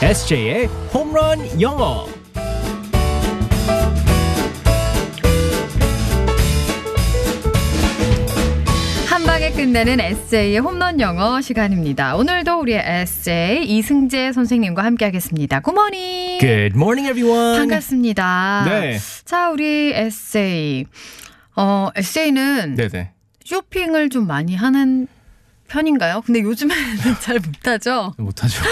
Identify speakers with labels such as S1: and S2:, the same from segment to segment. S1: SJ의 홈런 영어.
S2: 한 방에 끝내는 에세이의 홈런 영어 시간입니다. 오늘도 우리의 에세이 이승재 선생님과 함께하겠습니다. 굿모닝.
S1: Good morning, everyone.
S2: 반갑습니다.
S1: 네.
S2: 자, 우리 에세이. 어, 에세이는
S1: 네네.
S2: 쇼핑을 좀 많이 하는 편인가요? 근데 요즘에는 잘 못하죠.
S1: 못하죠.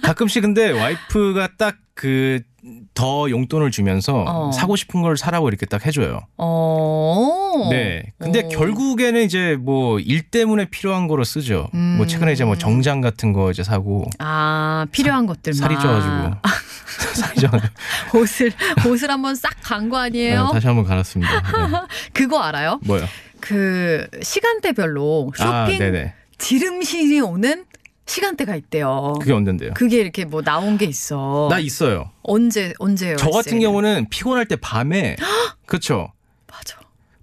S1: 가끔씩 근데 와이프가 딱 그 더 용돈을 주면서
S2: 어.
S1: 사고 싶은 걸 사라고 이렇게 딱 해줘요.
S2: 어.
S1: 네. 근데
S2: 어.
S1: 결국에는 이제 뭐 일 때문에 필요한 거로 쓰죠.
S2: 음.
S1: 뭐 최근에 이제 뭐 정장 같은 거 이제 사고
S2: 아, 필요한 것들만.
S1: 살이 쪄가지고 살이 쪄가지고
S2: 옷을, 옷을 한번 싹 간 거 아니에요?
S1: 아, 다시 한번 갈았습니다. 네.
S2: 그거 알아요?
S1: 뭐요?
S2: 그 시간대별로
S1: 아,
S2: 쇼핑
S1: 네네.
S2: 지름신이 오는 시간대가 있대요.
S1: 그게 언젠데요?
S2: 그게 이렇게 뭐 나온 게 있어.
S1: 나 있어요.
S2: 언제 언제요?
S1: 저 같은
S2: SL?
S1: 경우는 피곤할 때 밤에 그렇죠.
S2: 맞아.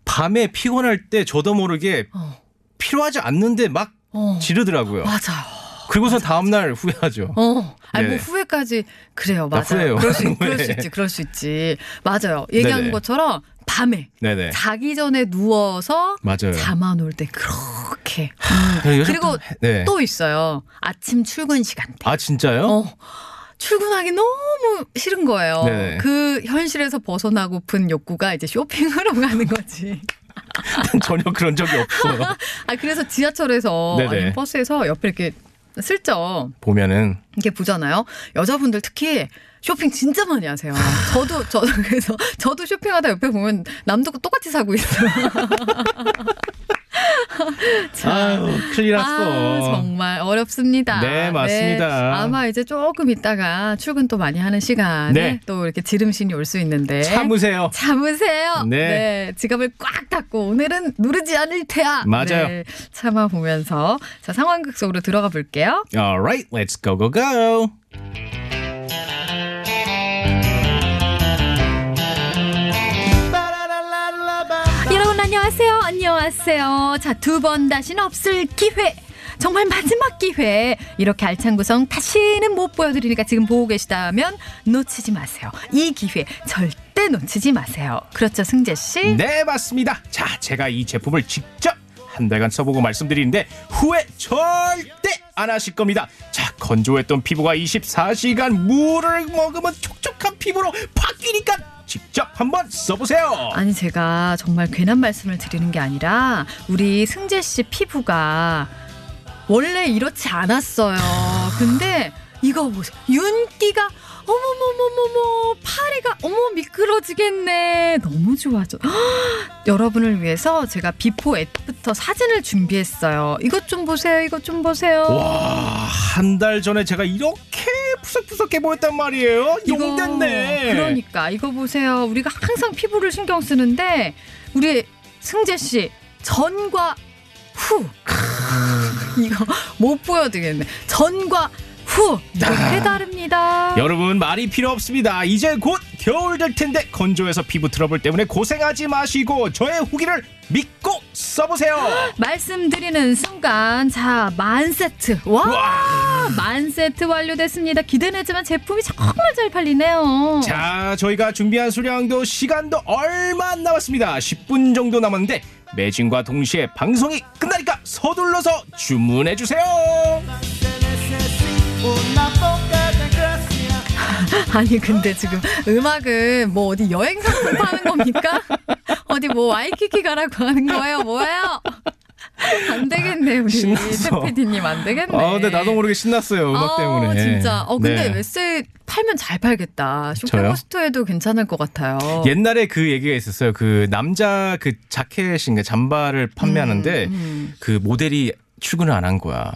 S1: 밤에 피곤할 때 저도 모르게
S2: 어.
S1: 필요하지 않는데 막
S2: 어.
S1: 지르더라고요.
S2: 맞아요.
S1: 그리고서 다음 날 후회하죠.
S2: 어. 아니 뭐
S1: 네네.
S2: 후회까지 그래요.
S1: 나 후회해요.
S2: 맞아요. 그럴 수
S1: 왜?
S2: 그럴 수 있지. 그럴 수 있지. 맞아요. 얘기한
S1: 네네.
S2: 것처럼 밤에
S1: 네네.
S2: 자기 전에 누워서
S1: 맞아요.
S2: 잠 안 올 때 그렇게.
S1: 요즘
S2: 그리고
S1: 또- 네.
S2: 또 있어요. 아침 출근 시간대.
S1: 아 진짜요?
S2: 어. 출근하기 너무 싫은 거예요.
S1: 네네.
S2: 그 현실에서 벗어나고픈 욕구가 이제 쇼핑으로 가는 거지.
S1: 전혀 그런 적이 없어요.
S2: 아 그래서 지하철에서
S1: 네네.
S2: 아니면 버스에서 옆에 이렇게 슬쩍
S1: 보면은
S2: 이렇게 보잖아요. 여자분들 특히 쇼핑 진짜 많이 하세요. 저도 저도 그래서 저도 쇼핑하다 옆에 보면 남도 똑같이 사고 있어요.
S1: 아유 큰일
S2: 아,
S1: 났어.
S2: 정말 어렵습니다.
S1: 네, 맞습니다.
S2: 아마 이제 조금 있다가 출근 또 많이 하는 시간에
S1: 네.
S2: 또 이렇게 지름신이 올 수 있는데
S1: 참으세요.
S2: 참으세요.
S1: 네.
S2: 네, 지갑을 꽉 닫고 오늘은 누르지 않을 테야.
S1: 맞아요.
S2: 네, 참아보면서 자 상황극 속으로 들어가 볼게요.
S1: Alright, let's go go go.
S2: 여러분 안녕하세요. 안녕하세요. 자 두 번 다신 없을 기회. 정말 마지막 기회. 이렇게 알찬 구성 다시는 못 보여드리니까 지금 보고 계시다면 놓치지 마세요. 이 기회 절대 놓치지 마세요. 그렇죠, 승재 씨?
S1: 네 맞습니다. 자 제가 이 제품을 직접 한 달간 써보고 말씀드리는데 후회 절대 안 하실 겁니다. 자 건조했던 피부가 24시간 물을 먹으면 촉촉한 피부로 바뀌니까 직접 한번 써보세요.
S2: 아니 제가 정말 괜한 말씀을 드리는 게 아니라 우리 승재 씨 피부가 원래 이렇지 않았어요. 근데 이거 보세요. 윤기가 어머머머머머 파리가 어머 미끄러지겠네. 너무 좋아져. 헉, 여러분을 위해서 제가 비포 애프터 사진을 준비했어요. 이것 좀 보세요. 이것 좀 보세요.
S1: 와, 한 달 전에 제가 이렇게 푸석푸석해 보였단 말이에요.
S2: 이거,
S1: 용됐네.
S2: 그러니까 이거 보세요. 우리가 항상 피부를 신경 쓰는데 우리 승재 씨 전과 후 이거 못 보여드리겠네. 전과 후 이렇게 다릅니다.
S1: 여러분 말이 필요 없습니다. 이제 곧 겨울 될 텐데 건조해서 피부 트러블 때문에 고생하지 마시고 저의 후기를 믿고 써보세요.
S2: 말씀드리는 순간 자 만세트
S1: 와.
S2: 와 만세트 완료됐습니다. 기대되지만 제품이 정말 잘 팔리네요.
S1: 자, 저희가 준비한 수량도 시간도 얼마 안 남았습니다. 10분 정도 남았는데 매진과 동시에 방송이 끝나니까 서둘러서 주문해 주세요.
S2: 아니 근데 지금 음악은 뭐 어디 여행 상품 파는 겁니까? 어디 뭐 와이키키 가라고 하는 거예요? 뭐예요? 안 되겠네 우리
S1: 신났어.
S2: 태피디님 안 되겠네.
S1: 아, 근데 나도 모르게 신났어요. 음악
S2: 어,
S1: 때문에.
S2: 진짜. 어 근데
S1: 네.
S2: 웨스 팔면 잘 팔겠다.
S1: 저요?
S2: 쇼핑포스터에도 괜찮을 것 같아요.
S1: 옛날에 그 얘기가 있었어요. 그 남자 그 자켓인가 잠바를 판매하는데
S2: 음,
S1: 그 모델이 출근을 안 한 거야.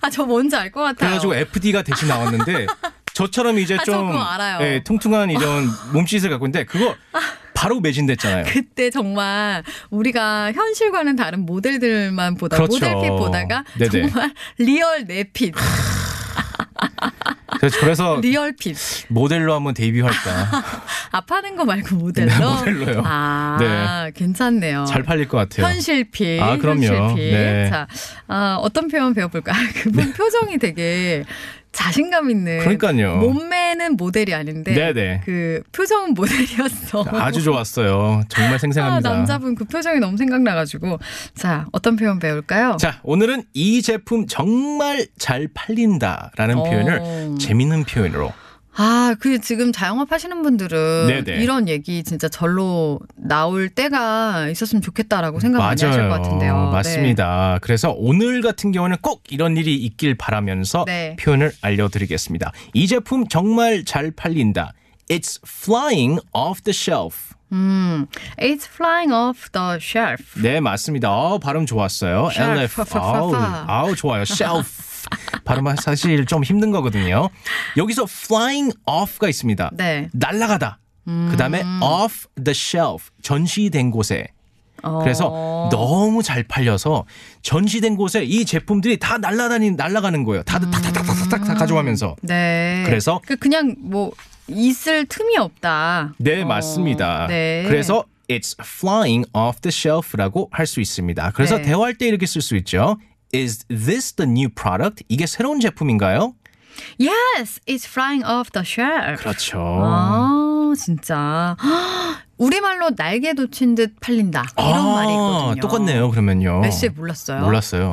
S2: 아저 뭔지 알 것 같아요.
S1: 그래가지고 FD가 대신 나왔는데 저처럼 이제
S2: 아, 저
S1: 좀
S2: 그거 알아요.
S1: 예, 통통한 이런 몸짓을 갖고 있는데 그거 바로 매진됐잖아요.
S2: 그때 정말 우리가 현실과는 다른 모델들만 보다
S1: 그렇죠.
S2: 모델핏 보다가
S1: 네네.
S2: 정말 리얼 내핏,
S1: 그래서- 그래서
S2: 리얼핏.
S1: 모델로 한번 데뷔할까.
S2: 아 파는 거 말고 모델로?
S1: 네, 모델로요. 네.
S2: 아 괜찮네요.
S1: 잘 팔릴 것 같아요.
S2: 현실피.
S1: 아, 그럼요.
S2: 현실피.
S1: 네.
S2: 자 아, 어떤 표현 배워볼까? 요 그분 표정이 되게 자신감 있는
S1: 그러니까요.
S2: 몸매는 모델이 아닌데
S1: 네네.
S2: 그 표정은 모델이었어.
S1: 아주 좋았어요. 정말 생생합니다.
S2: 아, 남자분 그 표정이 너무 생각나가지고 자 어떤 표현 배울까요?
S1: 자, 오늘은 이 제품 정말 잘 팔린다라는
S2: 어.
S1: 표현을 재밌는 표현으로.
S2: 아, 그 지금 자영업 하시는 분들은
S1: 네네.
S2: 이런 얘기 진짜 절로 나올 때가 있었으면 좋겠다라고 생각 많이 하실 것 같은데요. 네.
S1: 맞습니다. 그래서 오늘 같은 경우는 꼭 이런 일이 있길 바라면서
S2: 네.
S1: 표현을 알려드리겠습니다. 이 제품 정말 잘 팔린다. It's flying off the shelf.
S2: 음, it's flying off the shelf.
S1: 네, 맞습니다. 어, 발음 좋았어요.
S2: Shelf.
S1: LF. 아우, 아우, 좋아요. shelf. 발음은 사실 좀 힘든 거거든요. 여기서 flying off가 있습니다.
S2: 네.
S1: 날아가다. 그 다음에 off the shelf. 전시된 곳에.
S2: 어,
S1: 그래서 너무 잘 팔려서 전시된 곳에 이 제품들이 다 날아다니 날아가는 거예요. 다들 탁탁탁탁탁 다 가져가면서.
S2: 네.
S1: 그래서-
S2: 그 그냥 뭐 있을 틈이 없다.
S1: 네,
S2: 어,
S1: 맞습니다.
S2: 네.
S1: 그래서 it's flying off the shelf라고 할 수 있습니다. 그래서
S2: 네.
S1: 대화할 때 이렇게 쓸 수 있죠. Is this the new product? 이게 새로운 제품인가요?
S2: yes, it's flying off the shelf.
S1: 그렇죠.
S2: 아, 진짜. 우리말로 날개 돋친 듯 팔린다. 이런
S1: 아,
S2: 말이거든요.
S1: 똑같네요. 그러면요.
S2: 메시에 몰랐어요.
S1: 몰랐어요.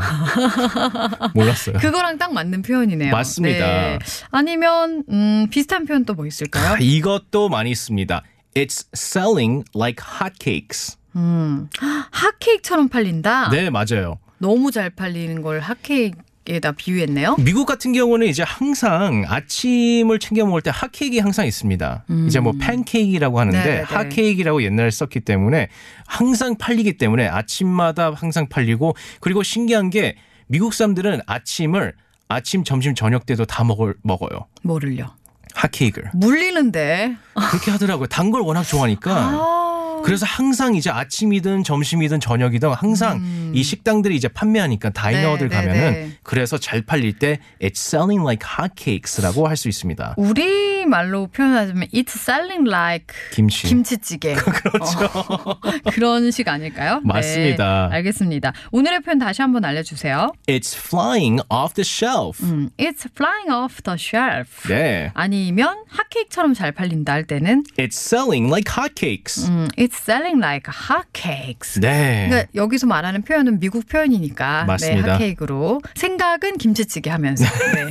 S1: 몰랐어요.
S2: 그거랑 딱 맞는 표현이네요.
S1: 맞습니다.
S2: 네. 아니면 음, 비슷한 표현 또 뭐 있을까요?
S1: 아, 이것도 많이 있습니다. It's selling like hotcakes.
S2: 음, 핫케이크처럼 팔린다.
S1: 네, 맞아요.
S2: 너무 잘 팔리는 걸 핫케이크에다 비유했네요.
S1: 미국 같은 경우는 이제 항상 아침을 챙겨 먹을 때 핫케이크 항상 있습니다. 이제 뭐 팬케이크라고 하는데
S2: 음. 네네네.
S1: 핫케이크라고 옛날에 썼기 때문에 항상 팔리기 때문에 아침마다 항상 팔리고 그리고 신기한 게 미국 사람들은 아침을 아침, 점심, 저녁 때도 다 먹을, 먹어요.
S2: 뭐를요?
S1: 핫케이크를.
S2: 물리는데.
S1: 그렇게 하더라고요. 단 걸 워낙 좋아하니까.
S2: 아,
S1: 그래서 항상 이제 아침이든 점심이든 저녁이든 항상 이 식당들이 이제 판매하니까 다이너들
S2: 음. 네, 네,
S1: 가면은
S2: 네. 그래.
S1: 그래서 잘 팔릴 때 it's selling like hotcakes라고 할 수 있습니다.
S2: 우리 말로 표현하자면 it's selling like
S1: 김치.
S2: 김치찌개. 그렇죠. 그런 식 아닐까요? 네,
S1: 맞습니다.
S2: 알겠습니다. 오늘의 표현 다시 한번 알려주세요.
S1: It's flying off the shelf.
S2: 음, it's flying off the shelf.
S1: 네.
S2: 아니면 핫케이크처럼 잘 팔린다 할 때는
S1: It's selling like hotcakes.
S2: 음, it's selling like hot cakes.
S1: 네.
S2: 그러니까 여기서 말하는 표현은 미국 표현이니까 네,
S1: 맞습니다.
S2: 핫케이크로 생각은 김치찌개 하면서 네.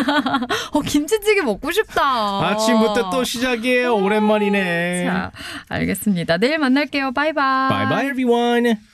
S2: 어, 김치찌개 먹고 싶다.
S1: 아침부터
S2: 어.
S1: 또 시작이에요. 오랜만이네.
S2: 자, 알겠습니다. 내일 만날게요. 바이바이.
S1: Bye bye everyone.